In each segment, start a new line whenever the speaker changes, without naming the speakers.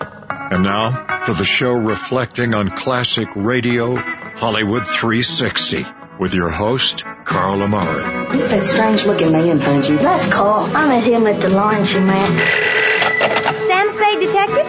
And now for the show reflecting on classic radio, Hollywood 360, with your host, Carl Amari.
Who's that strange looking man behind you?
That's Carl. I met him at the laundry man.
Sam Clay Detective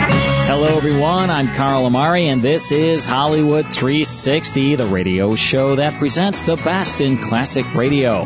Hello, everyone. I'm Carl Amari, and this is Hollywood 360, the radio show that presents the best in classic radio.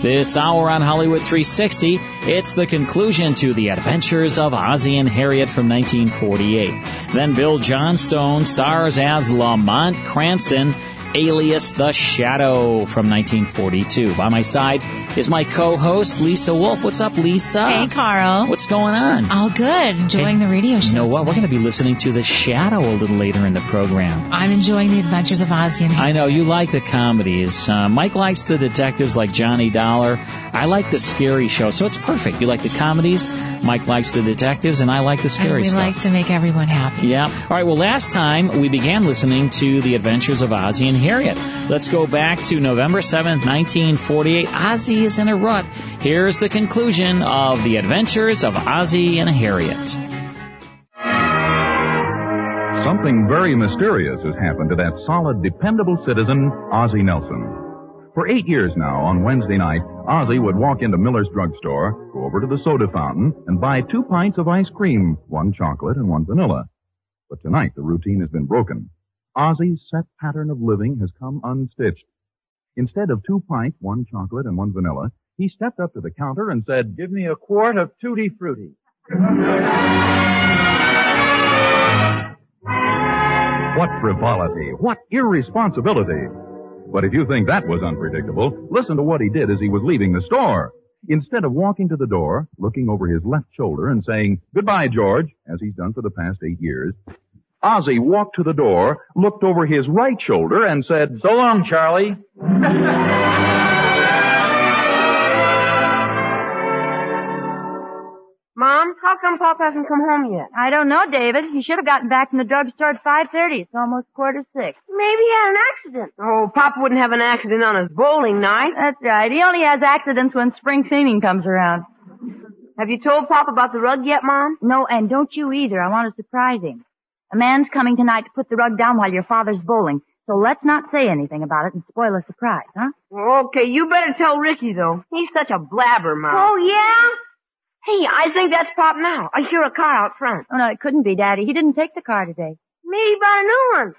This hour on Hollywood 360, it's the conclusion to The Adventures of Ozzie and Harriet from 1948. Then Bill Johnstone stars as Lamont Cranston, alias The Shadow from 1942. By my side is my co-host, Lisa Wolf. What's up, Lisa?
Hey, Carl.
What's going on?
All good. Enjoying the radio show.
You know what? We're going to be listening to The Shadow a little later in the program.
I'm enjoying the adventures of Ozzy and
I know you like the comedies. Uh, Mike likes the detectives like Johnny Dollar. I like the scary show, so it's perfect. You like the comedies, Mike likes the detectives, and I like the
And
scary
we
stuff.
like to make everyone happy.
Yeah. All right. Well, last time we began listening to the adventures of Ozzie and Harriet. Let's go back to November 7th, 1948. Ozzie is in a rut. Here's the conclusion of the adventures of Ozzie and Harriet.
Something very mysterious has happened to that solid, dependable citizen, Ozzie Nelson. For eight years now, on Wednesday night, Ozzie would walk into Miller's drugstore, go over to the soda fountain, and buy two pints of ice cream, one chocolate and one vanilla. But tonight, the routine has been broken. Ozzie's set pattern of living has come unstitched. Instead of two pints, one chocolate and one vanilla, he stepped up to the counter and said, Give me a quart of Tutti Frutti. What frivolity! What irresponsibility! But if you think that was unpredictable, listen to what he did as he was leaving the store. Instead of walking to the door, looking over his left shoulder and saying, Goodbye, George, as he's done for the past eight years, Ozzie walked to the door, looked over his right shoulder, and said, So long, Charlie.
Mom, how come Pop hasn't come home yet?
I don't know, David. He should have gotten back from the drugstore at 5.30. It's almost quarter six.
Maybe he had an accident. Oh, Pop wouldn't have an accident on his bowling night.
That's right. He only has accidents when spring cleaning comes around.
Have you told Pop about the rug yet, Mom?
No, and don't you either. I want to surprise him. A man's coming tonight to put the rug down while your father's bowling. So let's not say anything about it and spoil a surprise, huh?
Okay, you better tell Ricky though. He's such a blabber, Mom.
Oh,
yeah? Hey, I think that's Pop now. I hear a car out front.
Oh, no, it couldn't be, Daddy. He didn't take the car today.
Maybe by new one.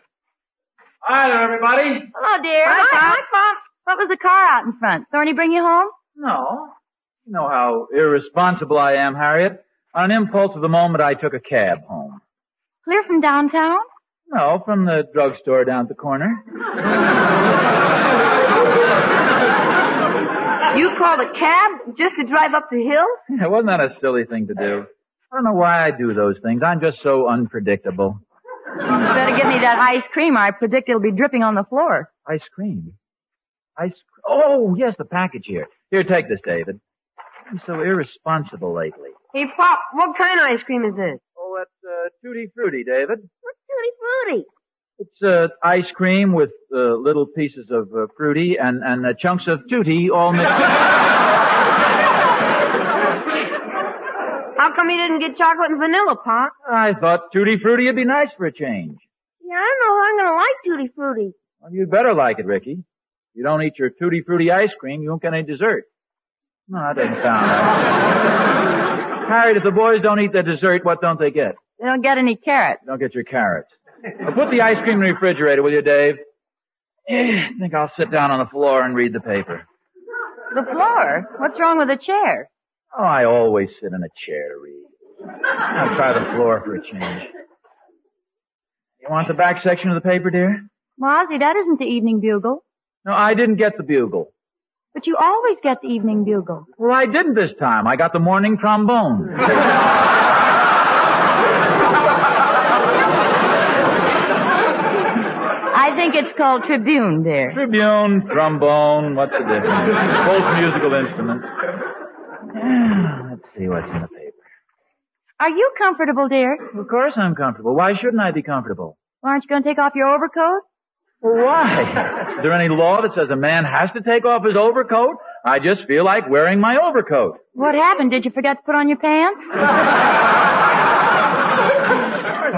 Hi there, everybody.
Hello, dear.
Hi, Pop.
What was the car out in front? Thorny bring you home?
No. You know how irresponsible I am, Harriet. On an impulse of the moment, I took a cab home.
Clear from downtown?
No, from the drugstore down at the corner.
You called a cab just to drive up the hill?
Wasn't that a silly thing to do? I don't know why I do those things. I'm just so unpredictable.
Better give me that ice cream. or I predict it'll be dripping on the floor.
Ice cream. Ice. cr- Oh, yes, the package here. Here, take this, David. I'm so irresponsible lately.
Hey, Pop, what kind of ice cream is this?
Oh, that's uh, tutti frutti, David.
Tutti Frutti.
It's uh, ice cream with uh, little pieces of uh, fruity and, and uh, chunks of tutti all mixed.
How come he didn't get chocolate and vanilla, Pop?
I thought tutti frutti would be nice for a change.
Yeah, I don't know if I'm gonna like Tutti Frutti.
Well, you'd better like it, Ricky. If you don't eat your tutti frutti ice cream, you won't get any dessert. No, that doesn't sound right. Harriet, if the boys don't eat their dessert, what don't they get?
They don't get any carrots.
Don't get your carrots. Now, put the ice cream in the refrigerator, will you, Dave? Eh, I think I'll sit down on the floor and read the paper.
The floor? What's wrong with the chair?
Oh, I always sit in a chair to read. I'll try the floor for a change. You want the back section of the paper, dear?
Mozzie, that isn't the Evening Bugle.
No, I didn't get the bugle.
But you always get the Evening Bugle.
Well, I didn't this time. I got the morning trombone.
I think think it's called Tribune there.
Tribune, trombone, what's the difference? Both musical instruments. Let's see what's in the paper.
Are you comfortable, dear?
Of course I'm comfortable. Why shouldn't I be comfortable?
Well, aren't you going to take off your overcoat?
Well, why? Is there any law that says a man has to take off his overcoat? I just feel like wearing my overcoat.
What happened? Did you forget to put on your pants?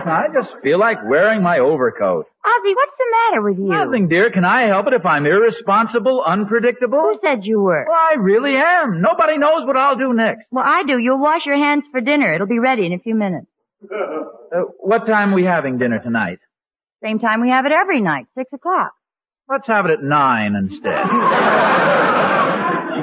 I just feel like wearing my overcoat.
Ozzy, what's the matter with you?
Nothing, dear. Can I help it if I'm irresponsible, unpredictable?
Who said you were?
Well, I really am. Nobody knows what I'll do next.
Well, I do. You'll wash your hands for dinner. It'll be ready in a few minutes.
Uh, what time are we having dinner tonight?
Same time we have it every night, six o'clock.
Let's have it at nine instead.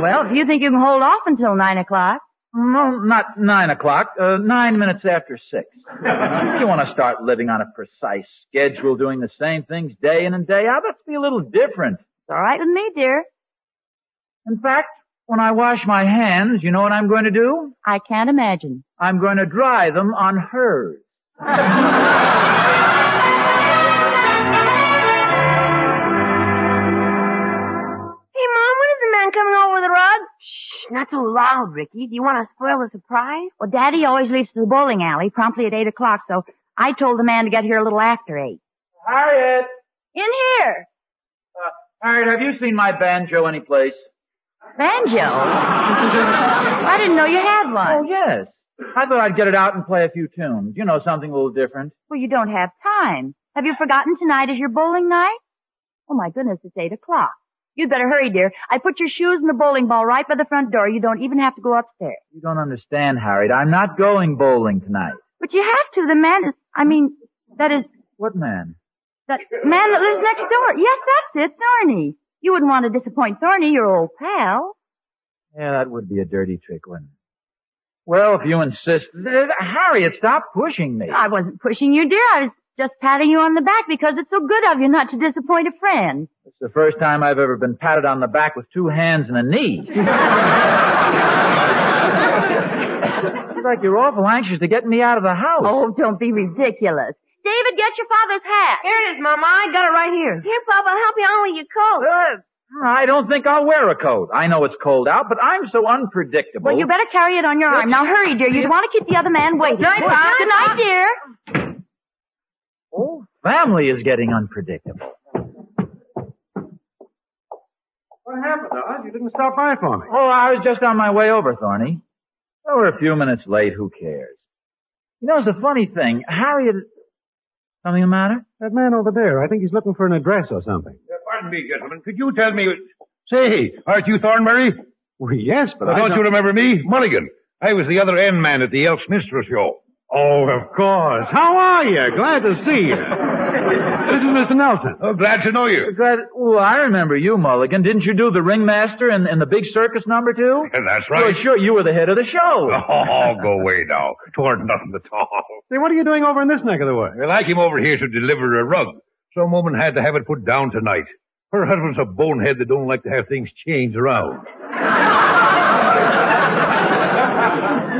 Well, if you think you can hold off until nine o'clock.
No, not nine o'clock. Uh, nine minutes after six. you want to start living on a precise schedule, doing the same things day in and day out. That's be a little different.
It's all right with me, dear.
In fact, when I wash my hands, you know what I'm going to do?
I can't imagine.
I'm going to dry them on hers.
Hey, Mom, when is the man coming over the rug?
Shh, not so loud, Ricky. Do you want to spoil the surprise? Well, Daddy always leaves to the bowling alley promptly at eight o'clock, so I told the man to get here a little after eight.
Harriet!
In here.
Uh, Harriet, have you seen my banjo anyplace?
Banjo? I didn't know you had
Oh,
one.
yes. I thought I'd get it out and play a few tunes. You know, something a little different.
Well, you don't have time. Have you forgotten tonight is your bowling night? Oh my goodness, it's eight o'clock. You'd better hurry, dear. I put your shoes and the bowling ball right by the front door. You don't even have to go upstairs.
You don't understand, Harriet. I'm not going bowling tonight.
But you have to. The man is, I mean, that is,
What man?
that man that lives next door. Yes, that's it, Thorny. You wouldn't want to disappoint Thorny, your old pal.
Yeah, that would be a dirty trick, wouldn't it? Well, if you insist. Th- Harriet, stop pushing me.
I wasn't pushing you, dear. I was just patting you on the back because it's so good of you not to disappoint a friend.
It's the first time I've ever been patted on the back with two hands and a knee. It's like you're awful anxious to get me out of the house.
Oh, don't be ridiculous. David, get your father's hat.
Here it is, Mama. I got it right here. Here, Papa, I'll help you on with your coat.
I don't think I'll wear a coat. I know it's cold out, but I'm so unpredictable.
Well, you better carry it on your arm. Now hurry, dear. You'd want to keep the other man waiting.
Night, Pa.
Good night, dear.
Oh, family is getting unpredictable.
What happened, Oz? You didn't stop by for me.
Oh, I was just on my way over, Thorny. Oh, we're a few minutes late. Who cares? You know, it's a funny thing. Harriet... Something the matter?
That man over there, I think he's looking for an address or something.
Uh, Pardon me, gentlemen. Could you tell me?
Say,
Aren't you Thornberry?
well, yes, but I
don't, you remember me? Mulligan. I was the other end man at the Elks Minstrel Show.
Oh, of course. How are you? Glad to see you. this is Mr. Nelson.
Oh, glad to know you.
Glad, oh, I remember you, Mulligan. Didn't you do the ringmaster and, and the big circus number too?
That's right.
Well, sure, you were the head of the show.
Oh, go away now. Toward nothing at all.
Say, what are you doing over in this neck of the woods?
Well, I came over here to deliver a rug. Some woman had to have it put down tonight. Her husband's a bonehead that don't like to have things changed around.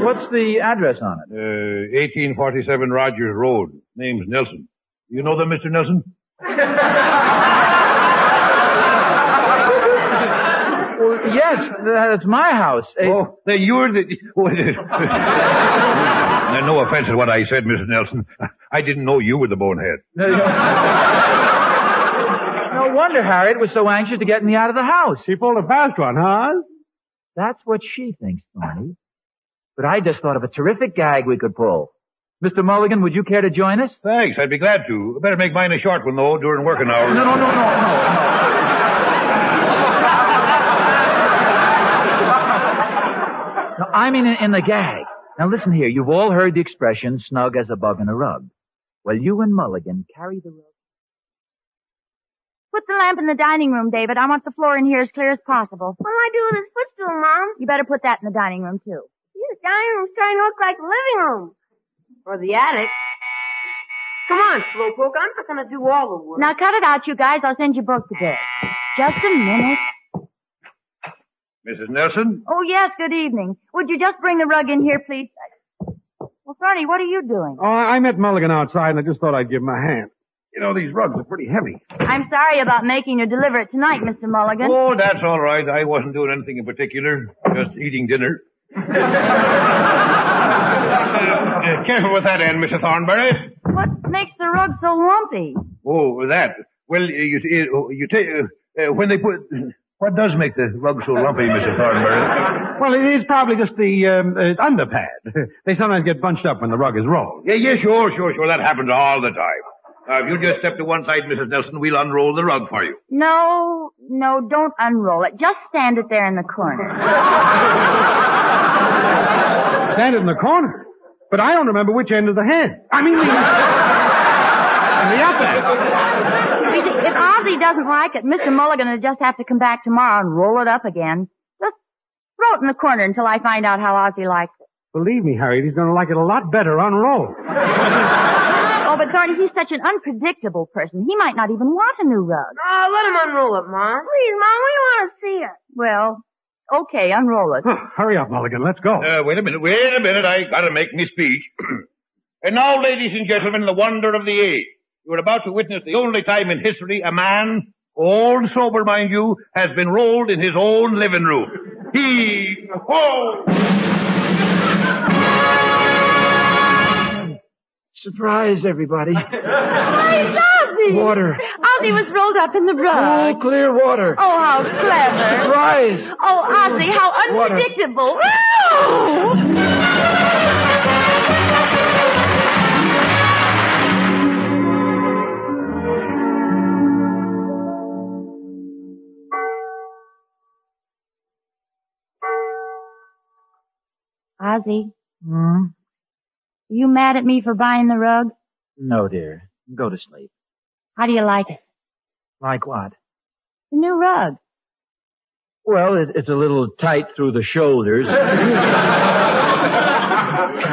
What's the address on it?
Uh, 1847 Rogers Road. Name's Nelson. You know them, Mr. Nelson?
Well, yes, that- that's my house. Eh,
Oh, then you're the. Wait a- Now, no offense at what I said, Mr. Nelson. I didn't know you were the bonehead.
No, no wonder Harriet was so anxious to get me out of the house.
She pulled a fast one, huh?
That's what she thinks, Barney. But I just thought of a terrific gag we could pull. Mr. Mulligan, would you care to join us?
Thanks, I'd be glad to. Better make mine a short one, though, during working hours.
No, no, no, no, no. no I mean in, in the gag. Now listen here, you've all heard the expression snug as a bug in a rug. Well, you and Mulligan carry the rug.
Put the lamp in the dining room, David. I want the floor in here as clear as possible.
What do I do with this footstool, Mom?
You better put that in the dining room, too.
This dining room's starting to look like the living room. Or the attic. Come on, Slowpoke. I'm not going to do all the work.
Now cut it out, you guys. I'll send you both to bed. Just a minute.
Mrs. Nelson?
Oh, yes, good evening. Would you just bring the rug in here, please? Well, Thorny, what are you doing?
Oh, I I met Mulligan outside and I just thought I'd give him a hand.
You know, these rugs are pretty heavy.
I'm sorry about making you deliver it tonight, Mr. Mulligan.
Oh, that's all right. I wasn't doing anything in particular. Just eating dinner. Uh, careful with that end, Mrs. Thornberry.
What makes the rug so lumpy?
Oh, that. Well, you you, you take uh, uh, when they put. What does make the rug so lumpy, Mrs. Thornberry?
Well, it's probably just the um, uh, underpad. they sometimes get bunched up when the rug is rolled.
Yeah, yeah, sure, sure, sure. That happens all the time. Now, if you just step to one side, Mrs. Nelson, we'll unroll the rug for you.
No, no, don't unroll it. Just stand it there in the corner.
Stand it in the corner. But I don't remember which end of the head. I mean, the, the up end.
You see, if Ozzy doesn't like it, Mr. Mulligan will just have to come back tomorrow and roll it up again. Just throw it in the corner until I find out how Ozzy likes it.
Believe me, Harriet, he's going to like it a lot better unrolled.
Oh, but Thorny, he's such an unpredictable person. He might not even want a new rug.
Oh, let him unroll it, Mom. Please, Mom, we want to see it.
Well, okay, unroll it.
Hurry up, Mulligan. Let's go.
Uh, wait a minute, wait a minute. I gotta make me speech. and now, ladies and gentlemen, the wonder of the age. You are about to witness the only time in history a man, old sober, mind you, has been rolled in his own living room. He, oh, ho!
Surprise, everybody.
Where's Ozzy?
Water.
Ozzy was rolled up in the
Cool,
rug.
clear water.
Oh, how clever.
Surprise.
Oh, Ozzy, how
Water.
unpredictable. Wow!
Ozzy,
Hmm?
you mad at me for buying the rug?
No, dear. Go to sleep.
How do you like it?
Like what?
The new rug.
Well, it, it's a little tight through the shoulders. kind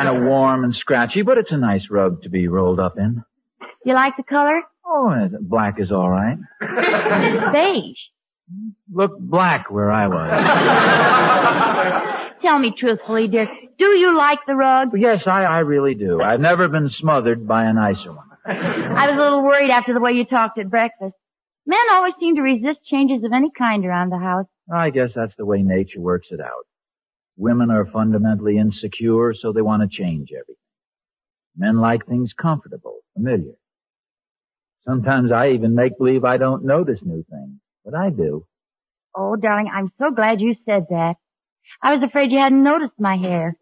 of warm and scratchy, but it's a nice rug to be rolled up in.
You like the color?
Oh, uh, black is all right.
Beige.
Look black where I was.
Tell me truthfully, dear, do you like the rug?
Yes, I, I really do. I've never been smothered by a nicer one.
I was a little worried after the way you talked at breakfast. Men always seem to resist changes of any kind around the house.
I guess that's the way nature works it out. Women are fundamentally insecure, so they want to change everything. Men like things comfortable, familiar. Sometimes I even make believe I don't notice new things, but I do.
Oh, darling, I'm so glad you said that. I was afraid you hadn't noticed my hair.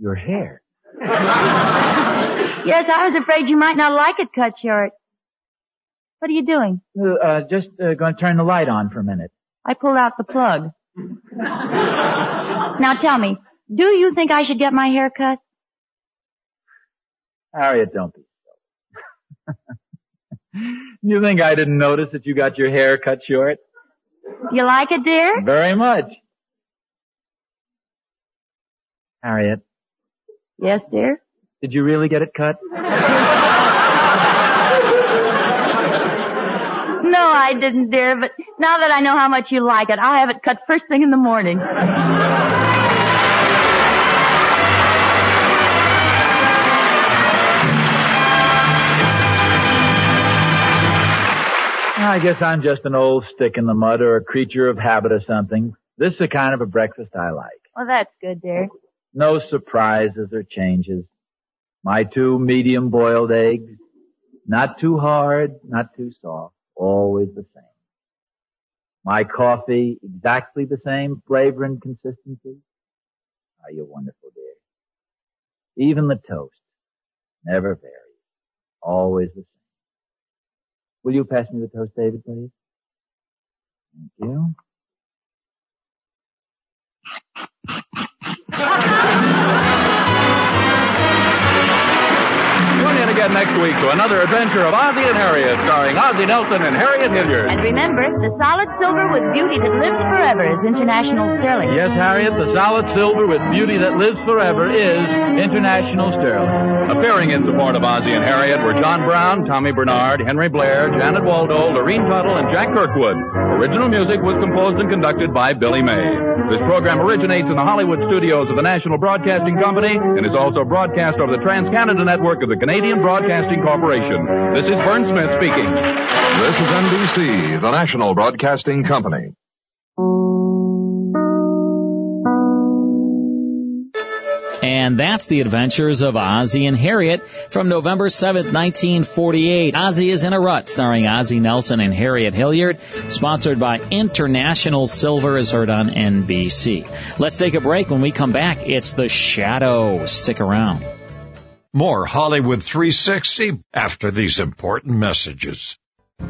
Your hair.
Yes, I was afraid you might not like it cut short. What are you doing?
Uh, uh, just uh, going to turn the light on for a minute.
I pulled out the plug. now tell me, do you think I should get my hair cut?
Harriet, don't be so. you think I didn't notice that you got your hair cut short?
You like it, dear?
Very much. Harriet,
Yes, dear.
did you really get it cut?
No, I didn't, dear, but now that I know how much you like it, I'll have it cut first thing in the morning.
I guess I'm just an old stick in the mud or a creature of habit or something. This is the kind of a breakfast I like.
Well, that's good, dear.
No surprises or changes. My two medium boiled eggs. Not too hard, not too soft. Always the same. My coffee, exactly the same flavor and consistency. Are you wonderful, dear? Even the toast. Never varies. Always the same. Will you pass me the toast, David, please? Thank you.
Tune in again next week to another adventure of Ozzie and Harriet, starring Ozzie Nelson and Harriet Hilliard.
And remember, the solid silver with beauty that lives forever is international sterling.
Yes, Harriet, the solid silver with beauty that lives forever is international sterling.
Appearing in support of Ozzie and Harriet were John Brown, Tommy Bernard, Henry Blair, Janet Waldo, Lorene Tuttle, and Jack Kirkwood. Original music was composed and conducted by Billy May. This program originates in the Hollywood studios of the National Broadcasting Company and is also broadcast over the Trans Canada Network of the Canadian Broadcasting. Broadcasting Corporation. This is Vern Smith speaking.
This is NBC, the national broadcasting company.
And that's the adventures of Ozzie and Harriet from November 7th, 1948. Ozzie is in a rut, starring Ozzie Nelson and Harriet Hilliard, sponsored by International Silver, is heard on NBC. Let's take a break. When we come back, it's The Shadow. Stick around.
More Hollywood 360 after these important messages.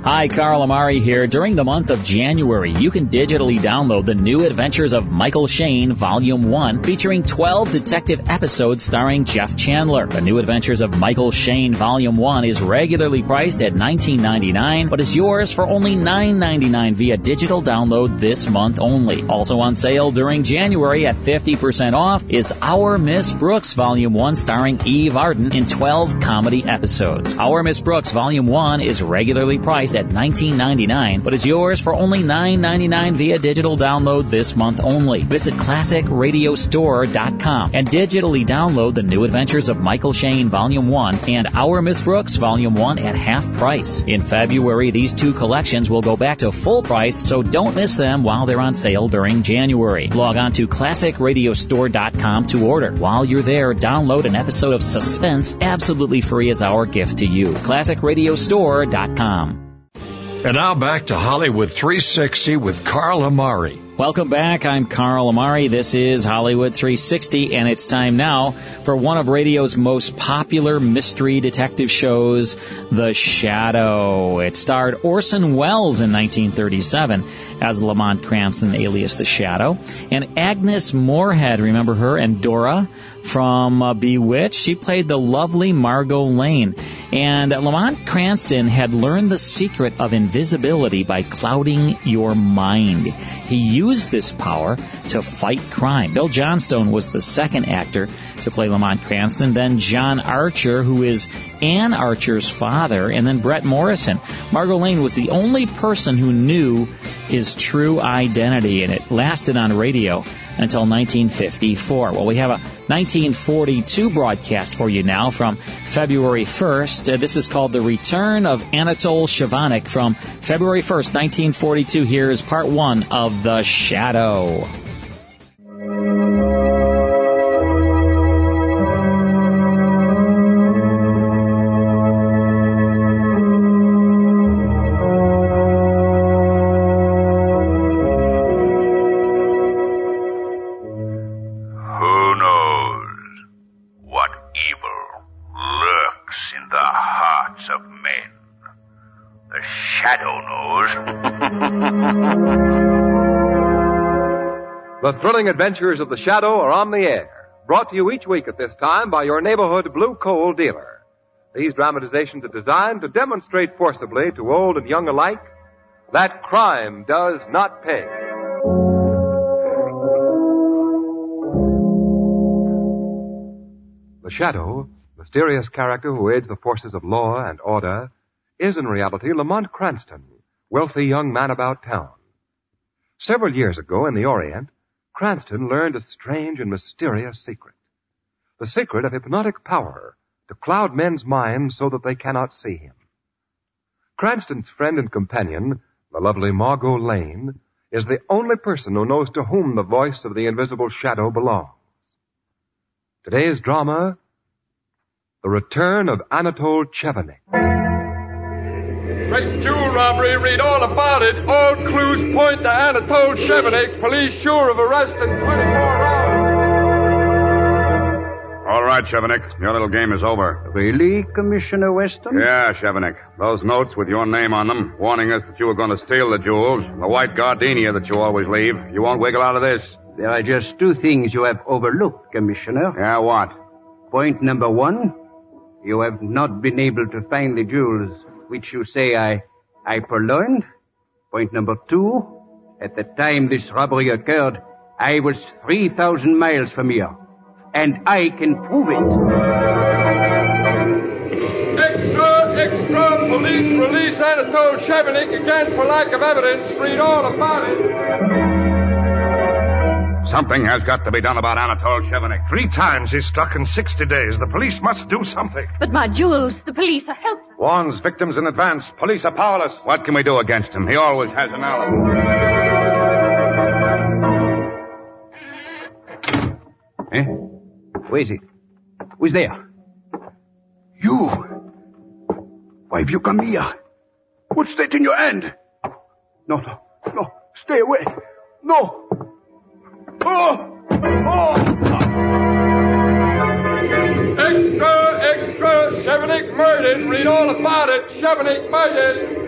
Hi, Carl Amari here. During the month of January, you can digitally download The New Adventures of Michael Shane, Volume 1, featuring 12 detective episodes starring Jeff Chandler. The New Adventures of Michael Shane, Volume 1 is regularly priced at $19.99, but is yours for only $9.99 via digital download this month only. Also on sale during January at 50% off is Our Miss Brooks, Volume 1, starring Eve Arden in 12 comedy episodes. Our Miss Brooks, Volume 1 is regularly priced priced at $19.99, but is yours for only $9.99 via digital download this month only. Visit classicradiostore.com and digitally download the new adventures of Michael Shane Volume 1 and Our Miss Brooks Volume 1 at half price. In February, these two collections will go back to full price, so don't miss them while they're on sale during January. Log on to classicradiostore.com to order. While you're there, download an episode of Suspense absolutely free as our gift to you. classicradiostore.com.
And now back to Hollywood 360 with Carl Amari.
Welcome back. I'm Carl Amari. This is Hollywood 360, and it's time now for one of radio's most popular mystery detective shows, The Shadow. It starred Orson Welles in 1937 as Lamont Cranston, alias The Shadow, and Agnes Moorehead, remember her, and Dora from uh, Bewitched. She played the lovely Margot Lane. And Lamont Cranston had learned the secret of invisibility by clouding your mind. He used used this power to fight crime. Bill Johnstone was the second actor to play Lamont Cranston, then John Archer, who is Ann Archer's father, and then Brett Morrison. Margot Lane was the only person who knew his true identity, and it lasted on radio until 1954. Well, we have a 1942 broadcast for you now from February 1st. Uh, this is called The Return of Anatole Shavanik from February 1st, 1942. Here is part one of The Shadow.
Who knows what evil lurks in the hearts of men? The shadow knows.
The thrilling adventures of the shadow are on the air, brought to you each week at this time by your neighborhood blue coal dealer. These dramatizations are designed to demonstrate forcibly to old and young alike that crime does not pay. The shadow, mysterious character who aids the forces of law and order, is in reality Lamont Cranston, wealthy young man about town. Several years ago in the Orient, Cranston learned a strange and mysterious secret. The secret of hypnotic power to cloud men's minds so that they cannot see him. Cranston's friend and companion, the lovely Margot Lane, is the only person who knows to whom the voice of the invisible shadow belongs. Today's drama, The Return of Anatole Chevenik.
Great jewel robbery, read all about it. All clues point to Anatole Chevenik, police sure of arrest in 24 hours.
All right, Chevenik, your little game is over.
Really, Commissioner Weston?
Yeah, Chevenik. Those notes with your name on them, warning us that you were going to steal the jewels, the white gardenia that you always leave. You won't wiggle out of this.
There are just two things you have overlooked, Commissioner.
Yeah, what?
Point number one, you have not been able to find the jewels which you say I, I purloined. Point number two, at the time this robbery occurred, I was 3,000 miles from here. And I can prove it.
Extra, extra, police release Anatole Chevenik again for lack of evidence. Read all about it.
Something has got to be done about Anatole Chevenik.
Three times he's struck in 60 days. The police must do something.
But my jewels, the police are helpless.
Warns victims in advance. Police are powerless. What can we do against him? He always has an alibi.
Eh? Where is it? Who's there?
You! Why have you come here? What's that in your hand? No, no, no. Stay away. No! Oh!
Extra, extra, Chevenik murdered. Read all about it. Chevenik murdered.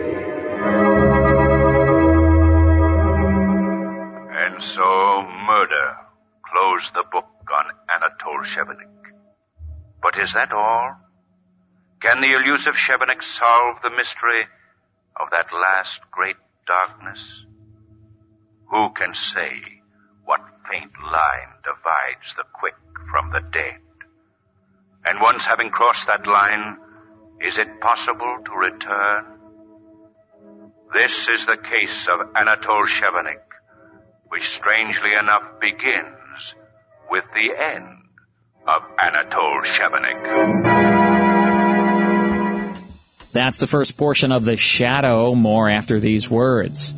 And so murder closed the book on Anatole Chevenik. But is that all? Can the elusive Chevenik solve the mystery of that last great darkness? Who can say what faint line divides the quick from the dead? And once having crossed that line, is it possible to return? This is the case of Anatole Chevenik, which strangely enough begins with the end of Anatole Chevenik.
That's the first portion of The Shadow. More after these words.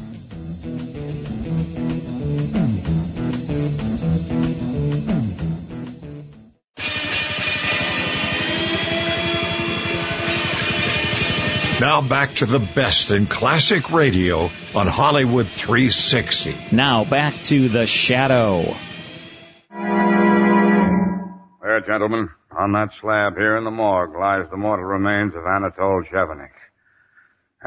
Now back to the best in classic radio on Hollywood 360.
Now back to The Shadow.
There, gentlemen, on that slab here in the morgue lies the mortal remains of Anatole Chevenik.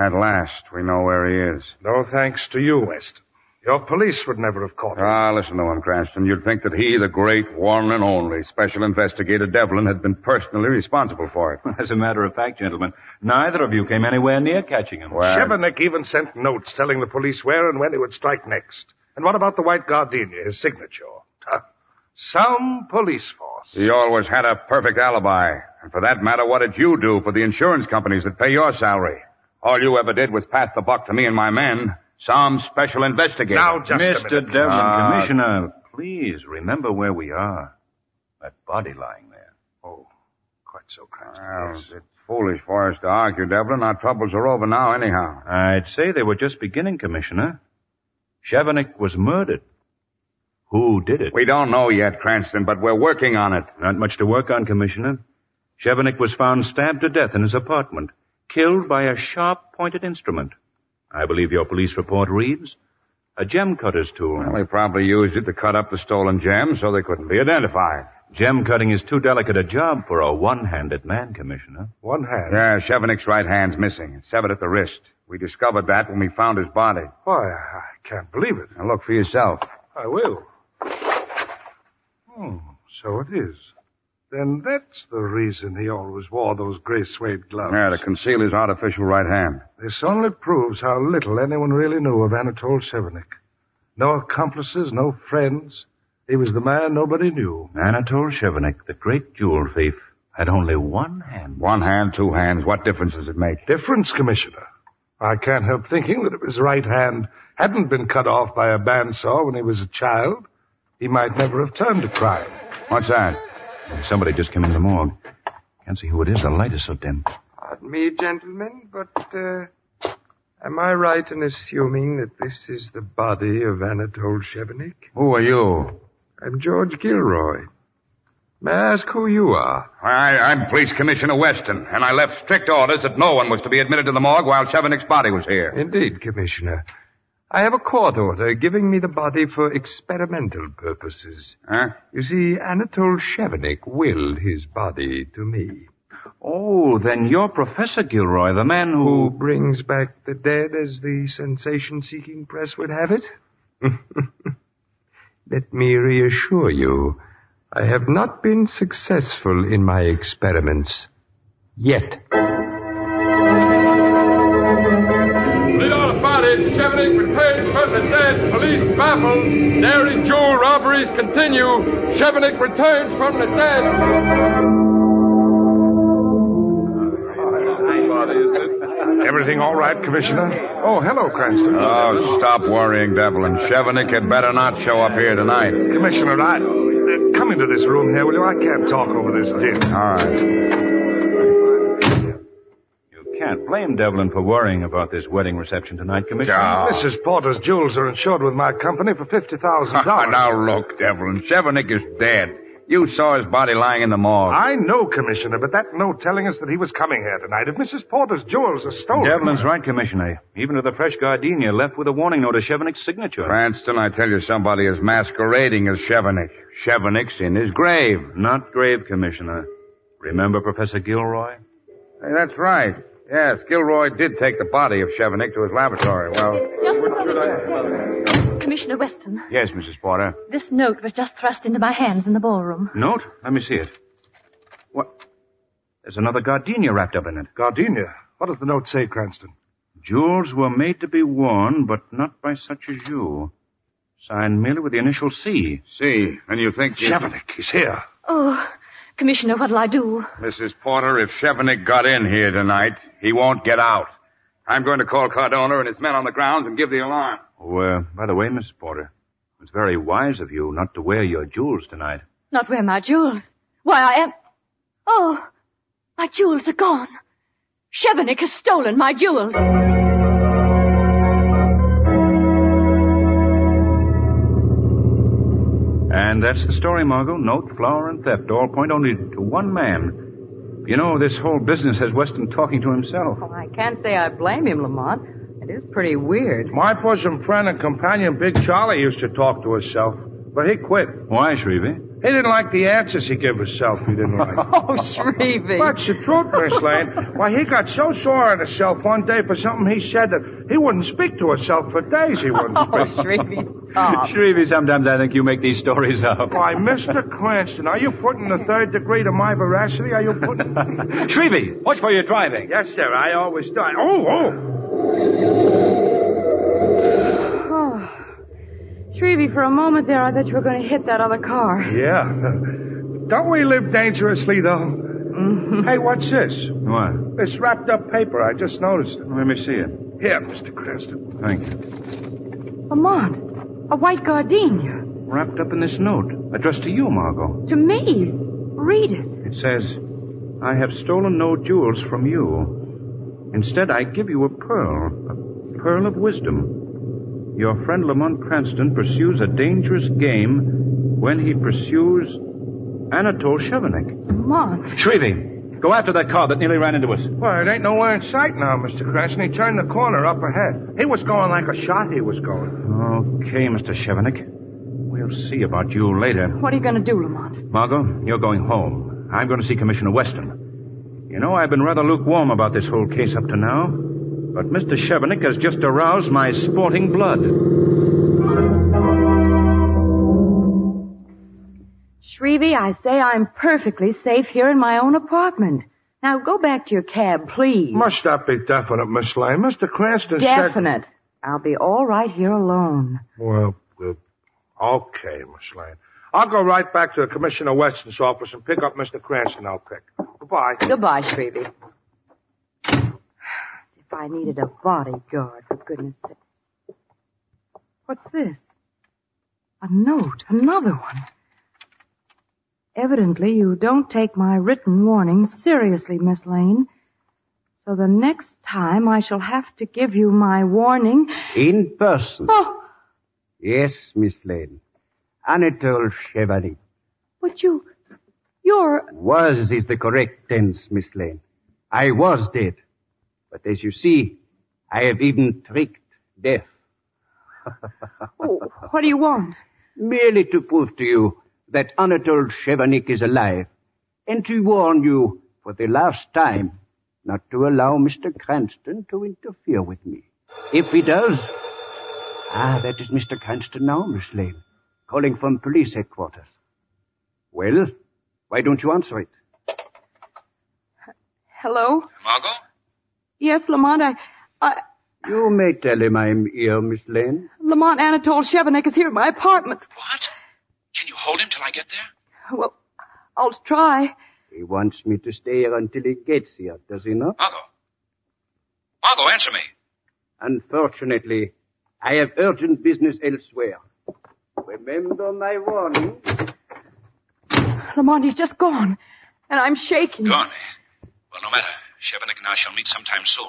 At last, we know where he is.
No thanks to you, West. Your police would never have caught him.
Ah, listen to him, Cranston. You'd think that he, the great, one and only Special Investigator Devlin, had been personally responsible for it.
As a matter of fact, gentlemen, neither of you came anywhere near catching him.
Well,
Chevenik even sent notes telling the police where and when he would strike next. And what about the White Gardenia, his signature? Some police force.
He always had a perfect alibi. And for that matter, what did you do for the insurance companies that pay your salary? All you ever did was pass the buck to me and my men. Some special investigator.
Now, just a
Mr.
minute.
Devlin,
Ah.
Commissioner, please remember where we are. That body lying there.
Oh, quite so, Cranston.
Well, it's foolish for us to argue, Devlin. Our troubles are over now, anyhow.
I'd say they were just beginning, Commissioner. Chevenik was murdered. Who did it?
We don't know yet, Cranston, but we're working on it.
Not much to work on, Commissioner. Chevenik was found stabbed to death in his apartment, killed by a sharp-pointed instrument. I believe your police report reads a gem cutter's tool.
Well, they probably used it to cut up the stolen gems so they couldn't be identified.
Gem cutting is too delicate a job for a one-handed man, Commissioner.
One hand.
Yeah, Chevenik's right hand's missing. It's severed at the wrist. We discovered that when we found his body.
Why, I can't believe it.
Now look for yourself.
I will. Hmm, so it is. Then that's the reason he always wore those gray suede gloves.
Yeah, to conceal his artificial right hand.
This only proves how little anyone really knew of Anatole Severnik. No accomplices, no friends. He was the man nobody knew.
Anatole Chevenik, the great jewel thief, had only one hand.
One hand, two hands, what difference does it make?
Difference, Commissioner. I can't help thinking that if his right hand hadn't been cut off by a bandsaw when he was a child, he might never have turned to crime.
What's that?
Somebody just came in the morgue. Can't see who it is. The light is so dim.
Pardon me, gentlemen, but uh, am I right in assuming that this is the body of Anatole Chevenik?
Who are you?
I'm George Gilroy. May I ask who you are?
I, I'm Police Commissioner Weston, and I left strict orders that no one was to be admitted to the morgue while Chevenik's body was here.
Indeed, Commissioner. I have a court order giving me the body for experimental purposes.
Huh?
You see, Anatole Chevenik willed his body to me.
Oh, then you're Professor Gilroy, the man who.
Who brings back the dead, as the sensation seeking press would have it? Let me reassure you, I have not been successful in my experiments. Yet.
Read all about it. Chevenik returns from the dead. Police baffled. Daring jewel robberies continue. Chevenik returns from the dead.
Everything
Everything all right, Commissioner? Oh, hello, Cranston.
Oh, stop worrying, Devlin. Chevenik had better not show up here tonight.
Commissioner, I. uh, come into this room here, will you? I can't talk over this din.
All right.
You can't blame Devlin for worrying about this wedding reception tonight, Commissioner.
Mrs. Porter's jewels are insured with my company for fifty thousand dollars.
now look, Devlin. Chevenik is dead. You saw his body lying in the morgue.
I know, Commissioner, but that note telling us that he was coming here tonight. If Mrs. Porter's jewels are stolen.
Devlin's right, Commissioner. Even to the fresh gardenia left with a warning note of Chevenik's signature.
Cranston, I tell you, somebody is masquerading as Chevenik. Chevenik's in his grave.
Not grave, Commissioner. Remember Professor Gilroy?
Hey, that's right. Yes, Gilroy did take the body of Chevenik to his laboratory. Well,
Just a moment. Commissioner Weston,
yes, Mrs. Porter.
this note was just thrust into my hands in the ballroom.
Note? Let me see it. What? There's another gardenia wrapped up in it.
Gardenia? What does the note say, Cranston?
Jewels were made to be worn, but not by such as you. Signed merely with the initial C.
See, and you think...
Chevenik, he's here.
Oh, Commissioner, what'll I do?
Mrs. Porter, if Chevenik got in here tonight, he won't get out. I'm going to call Cardona and his men on the grounds and give the alarm.
Oh, uh, by the way, Miss Porter, it's very wise of you not to wear your jewels tonight.
Not wear my jewels. Why, I am. Oh, my jewels are gone. Chevenik has stolen my jewels.
And that's the story, Margot. Note, flower, and theft all point only to one man. You know, this whole business has Weston talking to himself.
Well, I can't say I blame him, Lamont. It is pretty weird.
My bosom friend and companion, Big Charlie, used to talk to herself, but he quit.
Why, Shrevey?
He didn't like the answers he gave herself, he didn't like.
Oh, Shrevey.
That's the truth, Miss Lane. Why, he got so sore at himself one day for something he said that he wouldn't speak to herself for days. He wouldn't
Oh,
speak.
Shrevey, stop.
Shrevey, sometimes I think you make these stories up.
Ah. Why, Mr. Cranston, are you putting the third degree to my veracity? Are you putting.
Shrevey, watch where you're driving.
yes, sir, I always do. Oh, oh!
Oh. Shrevey, for a moment there, I thought you were going to hit that other car.
Yeah. Don't we live dangerously, though? Hey, what's this?
What?
This wrapped up paper, I just noticed it.
Let me see it.
Here, Mr. Cranston.
Thank you.
Lamont, a white gardenia.
Wrapped up in this note, addressed to you, Margot.
To me. Read it.
It says, I have stolen no jewels from you. Instead, I give you a pearl, a pearl of wisdom. Your friend Lamont Cranston pursues a dangerous game when he pursues Anatole Chevenik.
Lamont.
Shrevey, go after that car that nearly ran into us.
Well, it ain't nowhere in sight now, Mr. Cranston. He turned the corner up ahead. He was going like a shot, he was going.
Okay, Mr. Chevenik. We'll see about you later.
What are you going to do, Lamont?
Margot, you're going home. I'm going to see Commissioner Weston. You know, I've been rather lukewarm about this whole case up to now, but Mr. Chevenik has just aroused my sporting blood.
Shrevey, I say I'm perfectly safe here in my own apartment. Now go back to your cab, please.
Must that be definite, Miss Lane? Mr. Cranston said.
Definite. I'll be all right here alone.
Well, well, okay, Miss Lane. I'll go right back to Commissioner Weston's office and pick up Mr. Cranston, I'll pick. Goodbye.
Goodbye, Shrevey. If I needed a bodyguard, for goodness sake. What's this? A note, another one. Evidently, you don't take my written warning seriously, Miss Lane. So the next time I shall have to give you my warning.
In person.
Oh,
Yes, Miss Lane. Anatole Chevenik.
but you, you're,
Was is the correct tense, Miss Lane. I was dead. But as you see, I have even tricked death.
oh, what do you want?
Merely to prove to you that Anatole Chevenik is alive. And to warn you, for the last time, not to allow Mr. Cranston to interfere with me. If he does... Ah, that is Mr. Cranston now, Miss Lane. Calling from police headquarters. Well, why don't you answer it?
Hello?
Margot?
Yes, Lamont, I, I,
You may tell him I'm here, Miss Lane.
Lamont Anatole Chevenik is here at my apartment.
What? Can you hold him till I get there?
Well, I'll try.
He wants me to stay here until he gets here, does he not?
Margot?
Margot, answer me.
Unfortunately, I have urgent business elsewhere. Remember my warning.
Lamont, he's just gone. And I'm shaking.
Gone. Well, no matter. Chevenik and I shall meet sometime soon.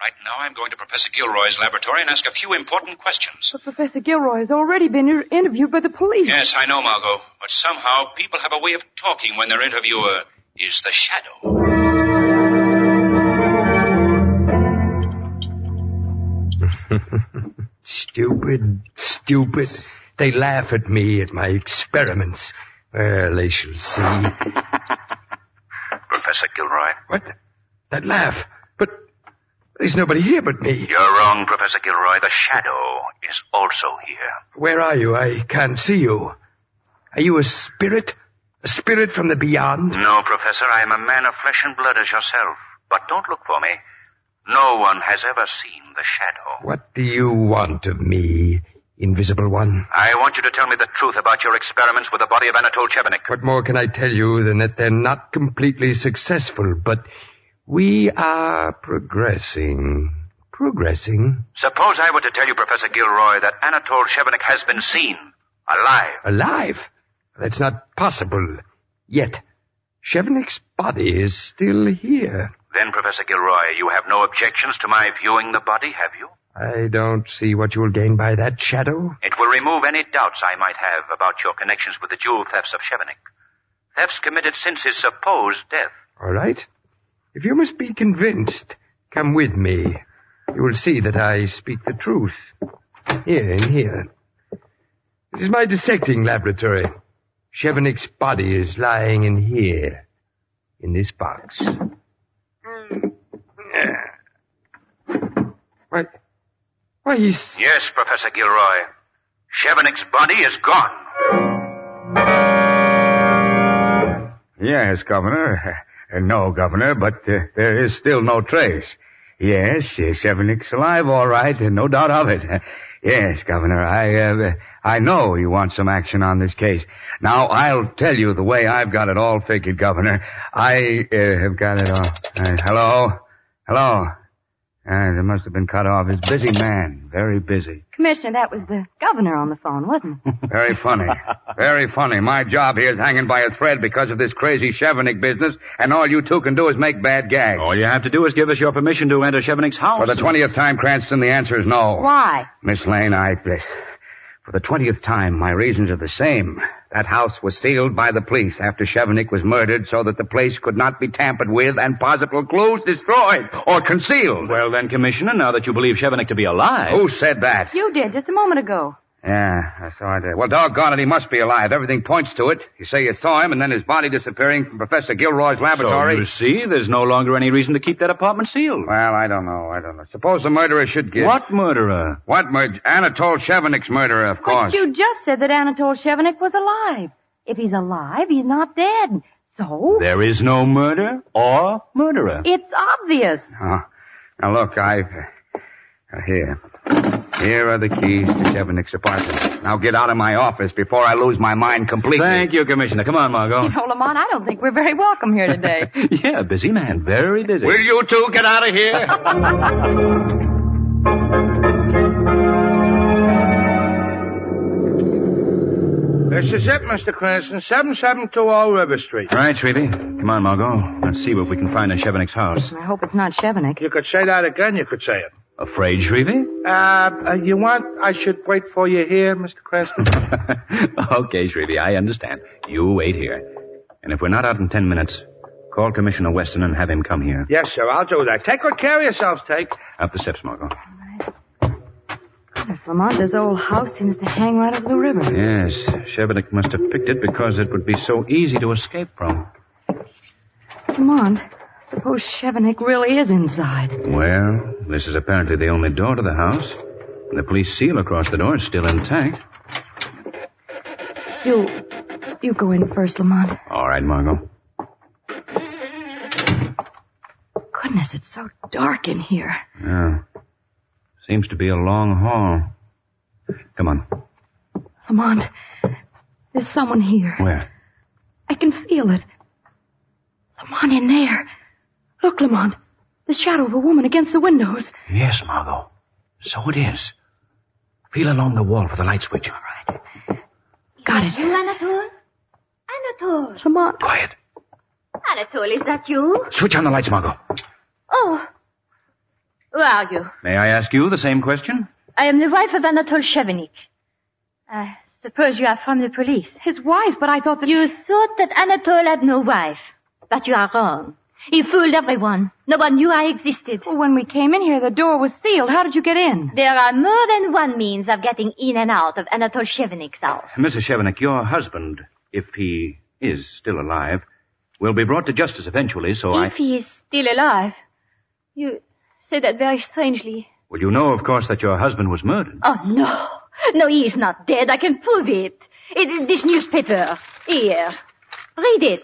Right now, I'm going to Professor Gilroy's laboratory and ask a few important questions.
But Professor Gilroy has already been inter- interviewed by the police.
Yes, I know, Margot. But somehow, people have a way of talking when their interviewer is the shadow.
Stupid, stupid. They laugh at me at my experiments. Well, they shall see.
Professor Gilroy.
What? That laugh. But there's nobody here but me.
You're wrong, Professor Gilroy. The shadow is also here.
Where are you? I can't see you. Are you a spirit? A spirit from the beyond?
No, Professor. I am a man of flesh and blood as yourself. But don't look for me. No one has ever seen the shadow.
What do you want of me, invisible one?
I want you to tell me the truth about your experiments with the body of Anatole Chevenik.
What more can I tell you than that they're not completely successful, but we are progressing. Progressing.
Suppose I were to tell you, Professor Gilroy, that Anatole Chevenik has been seen. Alive.
Alive? That's not possible. Yet. Chevenik's body is still here.
Then, Professor Gilroy, you have no objections to my viewing the body, have you?
I don't see what you'll gain by that, Shadow.
It will remove any doubts I might have about your connections with the jewel thefts of Chevenik. Thefts committed since his supposed death.
All right. If you must be convinced, come with me. You will see that I speak the truth. Here, in here. This is my dissecting laboratory. Chevenik's body is lying in here, in this box. Hmm. Why, why he's
Yes, Professor Gilroy. Chevenik's body is gone.
Yes, Governor. Uh, No, Governor, but uh, there is still no trace. Yes, uh, Chevenik's alive, all right, uh, no doubt of it. Yes, Governor, I, uh, I know you want some action on this case. Now, I'll tell you the way I've got it all figured, Governor. I uh, have got it all. Uh, hello? Hello? Uh, it must have been cut off. He's a busy man, very busy.
Commissioner, that was the governor on the phone, wasn't it?
Very funny. Very funny. My job here is hanging by a thread because of this crazy Chevenik business, and all you two can do is make bad gags.
All you have to do is give us your permission to enter Chevenik's house.
For the 20th time, Cranston, the answer is no.
Why?
Miss Lane, I. For the 20th time, my reasons are the same. That house was sealed by the police after Chevenik was murdered so that the place could not be tampered with and possible clues destroyed or concealed.
Well, then, Commissioner, now that you believe Chevenik to be alive.
Who said that?
You did just a moment ago.
Yeah, I saw it. Well, doggone it, he must be alive. Everything points to it. You say you saw him and then his body disappearing from Professor Gilroy's
So you
laboratory.
see, there's no longer any reason to keep that apartment sealed.
Well, I don't know. I don't know. Suppose the murderer should give.
What murderer?
What murder? Anatole Chevenik's murderer, of course.
But you just said that Anatole Chevenik was alive. If he's alive, he's not dead. So?
There is no murder or murderer.
It's obvious.
Oh, now look, I've uh, here. Here are the keys to Chevenik's apartment. Now get out of my office before I lose my mind completely.
Thank you, Commissioner. Come on,
You
Oh.
Margot.
know, Lamont, I don't think we're very welcome here today.
yeah, busy man. Very busy.
Will you two get out of here?
This is it, Mr. Cranston. 7720 River Street.
All right, Sweetie. Come on, Margot. Let's see what we can find in Chevenik's house.
I hope it's not Chevenik.
You could say that again, you could say it.
Afraid, Shrevey?
Uh, uh, you want I should wait for you here, Mr. Cranston?
okay, Shrevey, I understand. You wait here. And if we're not out in ten minutes, call Commissioner Weston and have him come here.
yes, sir, I'll do that. Take good care of yourselves, Take.
Up the steps, Margot.
Goodness, Lamont, this old house seems to hang right over the river.
Yes, Chevenik must have picked it because it would be so easy to escape from.
Lamont, suppose Chevenik really is inside.
Well, this is apparently the only door to the house. The police seal across the door is still intact.
You, you go in first, Lamont.
All right, Margot.
Goodness, it's so dark in here.
Yeah. Seems to be a long hall. Come on.
Lamont, there's someone here.
Where?
I can feel it. Lamont, in there. Look, Lamont. The shadow of a woman against the windows.
Yes, Margot. So it is. Feel along the wall for the light switch. All right.
Got it.
You, Anatole? Anatole.
Lamont.
Quiet.
Anatole, is that you?
Switch on the lights, Margot.
Oh. Who are you?
May I ask you the same question?
I am the wife of Anatole Chevenik. I suppose you are from the police.
His wife, but I thought that...
You thought that Anatole had no wife. But you are wrong. He fooled everyone. No one knew I existed.
When we came in here, the door was sealed. How did you get in?
There are more than one means of getting in and out of Anatole Chevenik's house.
Mrs. Chevenik, your husband, if he is still alive, will be brought to justice eventually, so I...
If he is still alive. You say that very strangely.
Well, you know, of course, that your husband was murdered.
Oh, no. No, he is not dead. I can prove it. It is this newspaper. Here. Read it.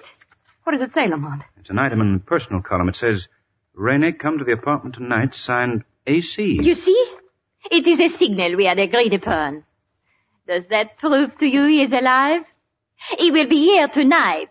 What does it say, Lamont?
It's an item in the personal column. It says, Rennie, come to the apartment tonight, signed AC.
You see? It is a signal we had agreed upon. Does that prove to you he is alive? He will be here tonight,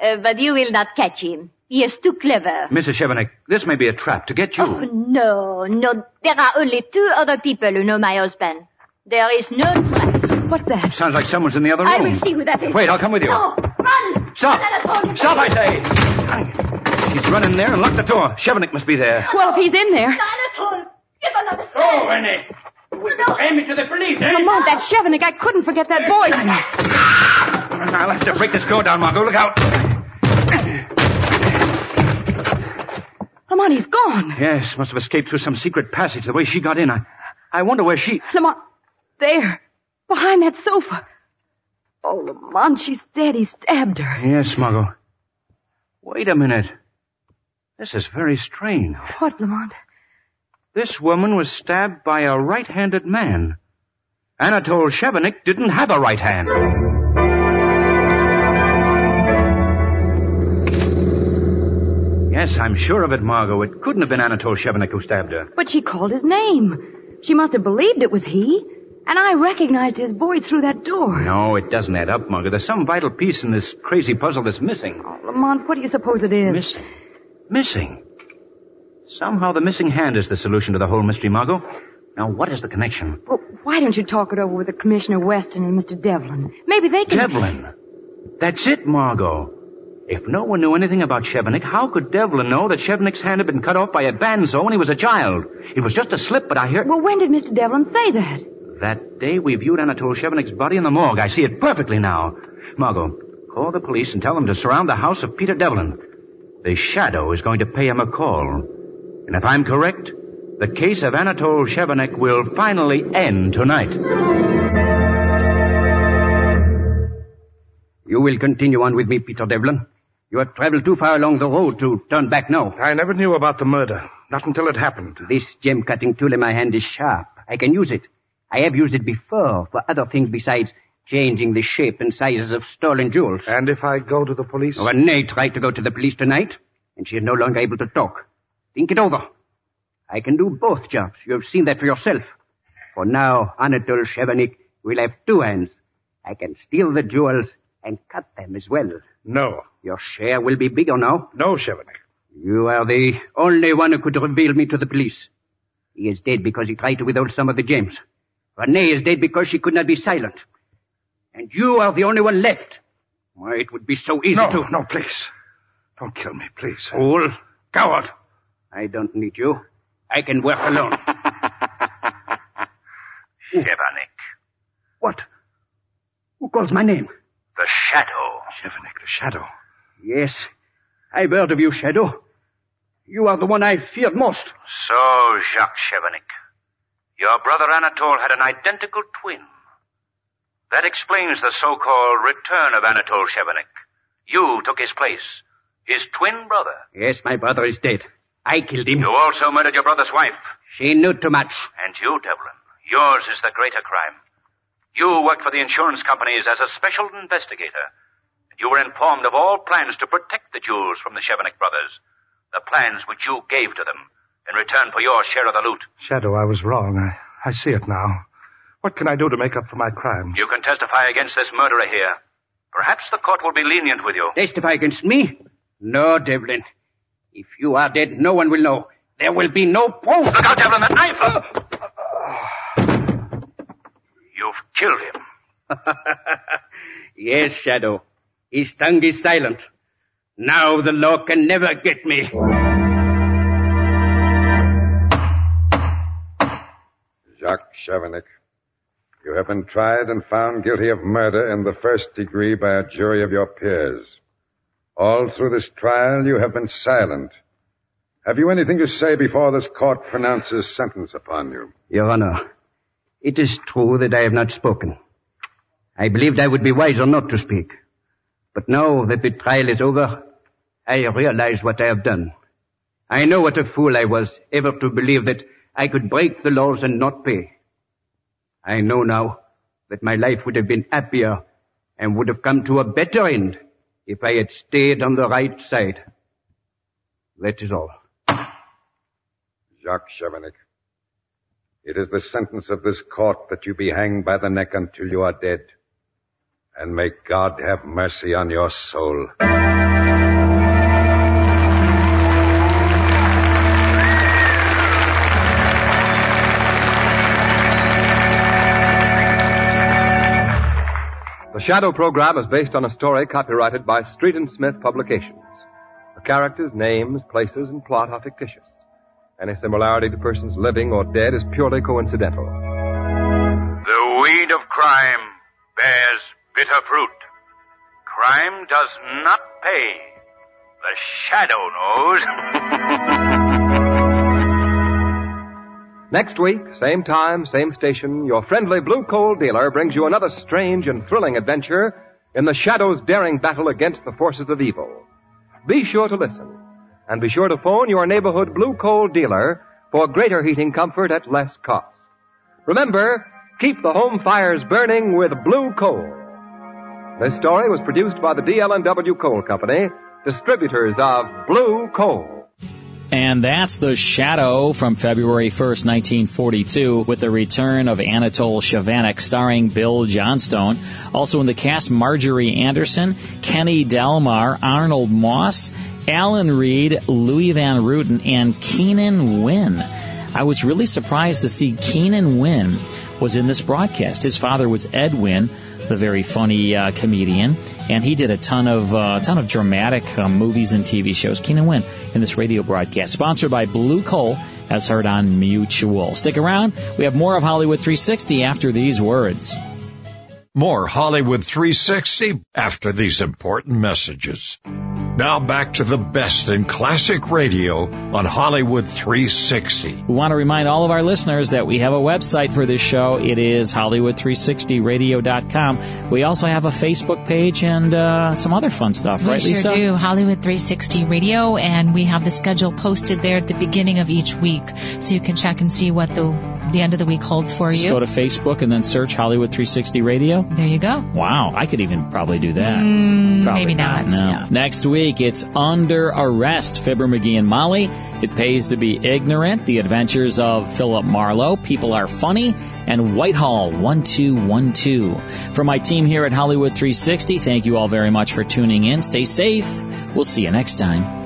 uh, but you will not catch him. He is too clever.
Mrs. Chevenik, this may be a trap to get you.
Oh, no, no. There are only two other people who know my husband. There is no trap.
What's that?
Sounds like someone's in the other room.
I will see who that is. Oh.
Wait, I'll come with you.
No, run!
Stop!
Run,
Stop, I say! He's run in there and locked the door. Chevenik must be there. Oh,
Well, if he's in there.
Anatole! Give another
Go, Rennie. With the payment to the police, eh?
Lamont, that Chevenik, I couldn't forget that voice.
I'll have to break this door down, Margot. Look out.
Lamont, he's gone.
Yes, must have escaped through some secret passage the way she got in. I, I wonder where she.
Lamont, there, behind that sofa. Oh, Lamont, she's dead. He stabbed her.
Yes, Margot. Wait a minute. This is very strange.
What, Lamont?
This woman was stabbed by a right-handed man. Anatole Chevenik didn't have a right hand. Yes, I'm sure of it, Margot. It couldn't have been Anatole Chevenik who stabbed her.
But she called his name. She must have believed it was he. And I recognized his voice through that door.
No, it doesn't add up, Margot. There's some vital piece in this crazy puzzle that's missing.
Oh, Lamont, what do you suppose it is?
Missing? Missing? Somehow the missing hand is the solution to the whole mystery, Margot. Now, what is the connection?
Well, why don't you talk it over with the Commissioner Weston and Mr. Devlin? Maybe they can...
Devlin? That's it, Margot. If no one knew anything about Chevenik, how could Devlin know that Chevenik's hand had been cut off by a banzo when he was a child? It was just a slip, but I hear...
Well, when did Mr. Devlin say that?
That day we viewed Anatole Chevenik's body in the morgue. I see it perfectly now. Margot, call the police and tell them to surround the house of Peter Devlin. The shadow is going to pay him a call. And if I'm correct, the case of Anatole Chevenik will finally end tonight.
You will continue on with me, Peter Devlin. You have traveled too far along the road to turn back now.
I never knew about the murder. Not until it happened.
This gem-cutting tool in my hand is sharp. I can use it. I have used it before for other things besides changing the shape and sizes of stolen jewels.
And if I go to the police?
Renee tried to go to the police tonight, and she is no longer able to talk. Think it over. I can do both jobs. You have seen that for yourself. For now, Anatole Chevenik will have two hands. I can steal the jewels and cut them as well.
No.
Your share will be bigger now?
No, Chevenik.
You are the only one who could reveal me to the police. He is dead because he tried to withhold some of the gems. Renee is dead because she could not be silent. And you are the only one left. Why, it would be so easy
no,
to...
No, please. Don't kill me, please.
Fool.
Coward.
I don't need you. I can work alone.
Chevenik.
What? Who calls my name?
The Shadow.
Chevenik, the Shadow.
Yes. I've heard of you, Shadow. You are the one I feared most.
So, Jacques Chevenik, your brother Anatole had an identical twin. That explains the so-called return of Anatole Chevenik. You took his place. His twin brother.
Yes, my brother is dead. I killed him.
You also murdered your brother's wife.
She knew too much.
And you, Devlin. Yours is the greater crime. You worked for the insurance companies as a special investigator. You were informed of all plans to protect the jewels from the Chevenik brothers. The plans which you gave to them in return for your share of the loot.
Shadow, I was wrong. I, I see it now. What can I do to make up for my crimes?
You can testify against this murderer here. Perhaps the court will be lenient with you.
Testify against me? No, Devlin. If you are dead, no one will know. There will be no proof. Uh, Look out, Devlin, that knife!
You've killed him.
yes, Shadow. His tongue is silent. Now the law can never get me.
Jacques Chavanik, you have been tried and found guilty of murder in the first degree by a jury of your peers. All through this trial, you have been silent. Have you anything to say before this court pronounces sentence upon you?
Your Honor, it is true that I have not spoken. I believed I would be wiser not to speak. But now that the trial is over, I realize what I have done. I know what a fool I was ever to believe that I could break the laws and not pay. I know now that my life would have been happier and would have come to a better end if I had stayed on the right side. That is all.
Jacques Chavanik, it is the sentence of this court that you be hanged by the neck until you are dead. And may God have mercy on your soul.
The Shadow program is based on a story copyrighted by Street and Smith Publications. The characters, names, places, and plot are fictitious. Any similarity to persons living or dead is purely coincidental.
The weed of crime bears bitter fruit. Crime does not pay. The shadow knows.
Next week, same time, same station, your friendly blue coal dealer brings you another strange and thrilling adventure in the Shadow's daring battle against the forces of evil. Be sure to listen, and be sure to phone your neighborhood blue coal dealer for greater heating comfort at less cost. Remember, keep the home fires burning with blue coal. This story was produced by the DL&W Coal Company, distributors of blue coal.
And that's The Shadow from February 1st, 1942, with the return of Anatole Shavanik, starring Bill Johnstone. Also in the cast, Marjorie Anderson, Kenny Delmar, Arnold Moss, Alan Reed, Louis Van Ruten, and Keenan Wynn. I was really surprised to see Keenan Wynn was in this broadcast. His father was Ed Wynn, the very funny uh, comedian, and he did a ton of uh, ton of dramatic uh, movies and TV shows. Keenan Wynn in this radio broadcast, sponsored by Blue Coal, as heard on Mutual. Stick around. We have more of Hollywood 360 after these words.
More Hollywood 360 after these important messages. Now back to the best in classic radio on Hollywood 360.
We want to remind all of our listeners that we have a website for this show. It is Hollywood360radio.com. We also have a Facebook page and uh, some other fun stuff,
We
right,
sure
Lisa?
do. Hollywood 360 Radio, and we have the schedule posted there at the beginning of each week, so you can check and see what the the end of the week holds for
Just
you.
go to Facebook and then search Hollywood 360 Radio.
There you go.
Wow, I could even probably do that.
Mm,
Probably
maybe not.
No. Next week, it's Under Arrest, Fibber McGee and Molly. It Pays to Be Ignorant, The Adventures of Philip Marlowe, People Are Funny, and Whitehall 1212. For my team here at Hollywood 360, thank you all very much for tuning in. Stay safe. We'll see you next time.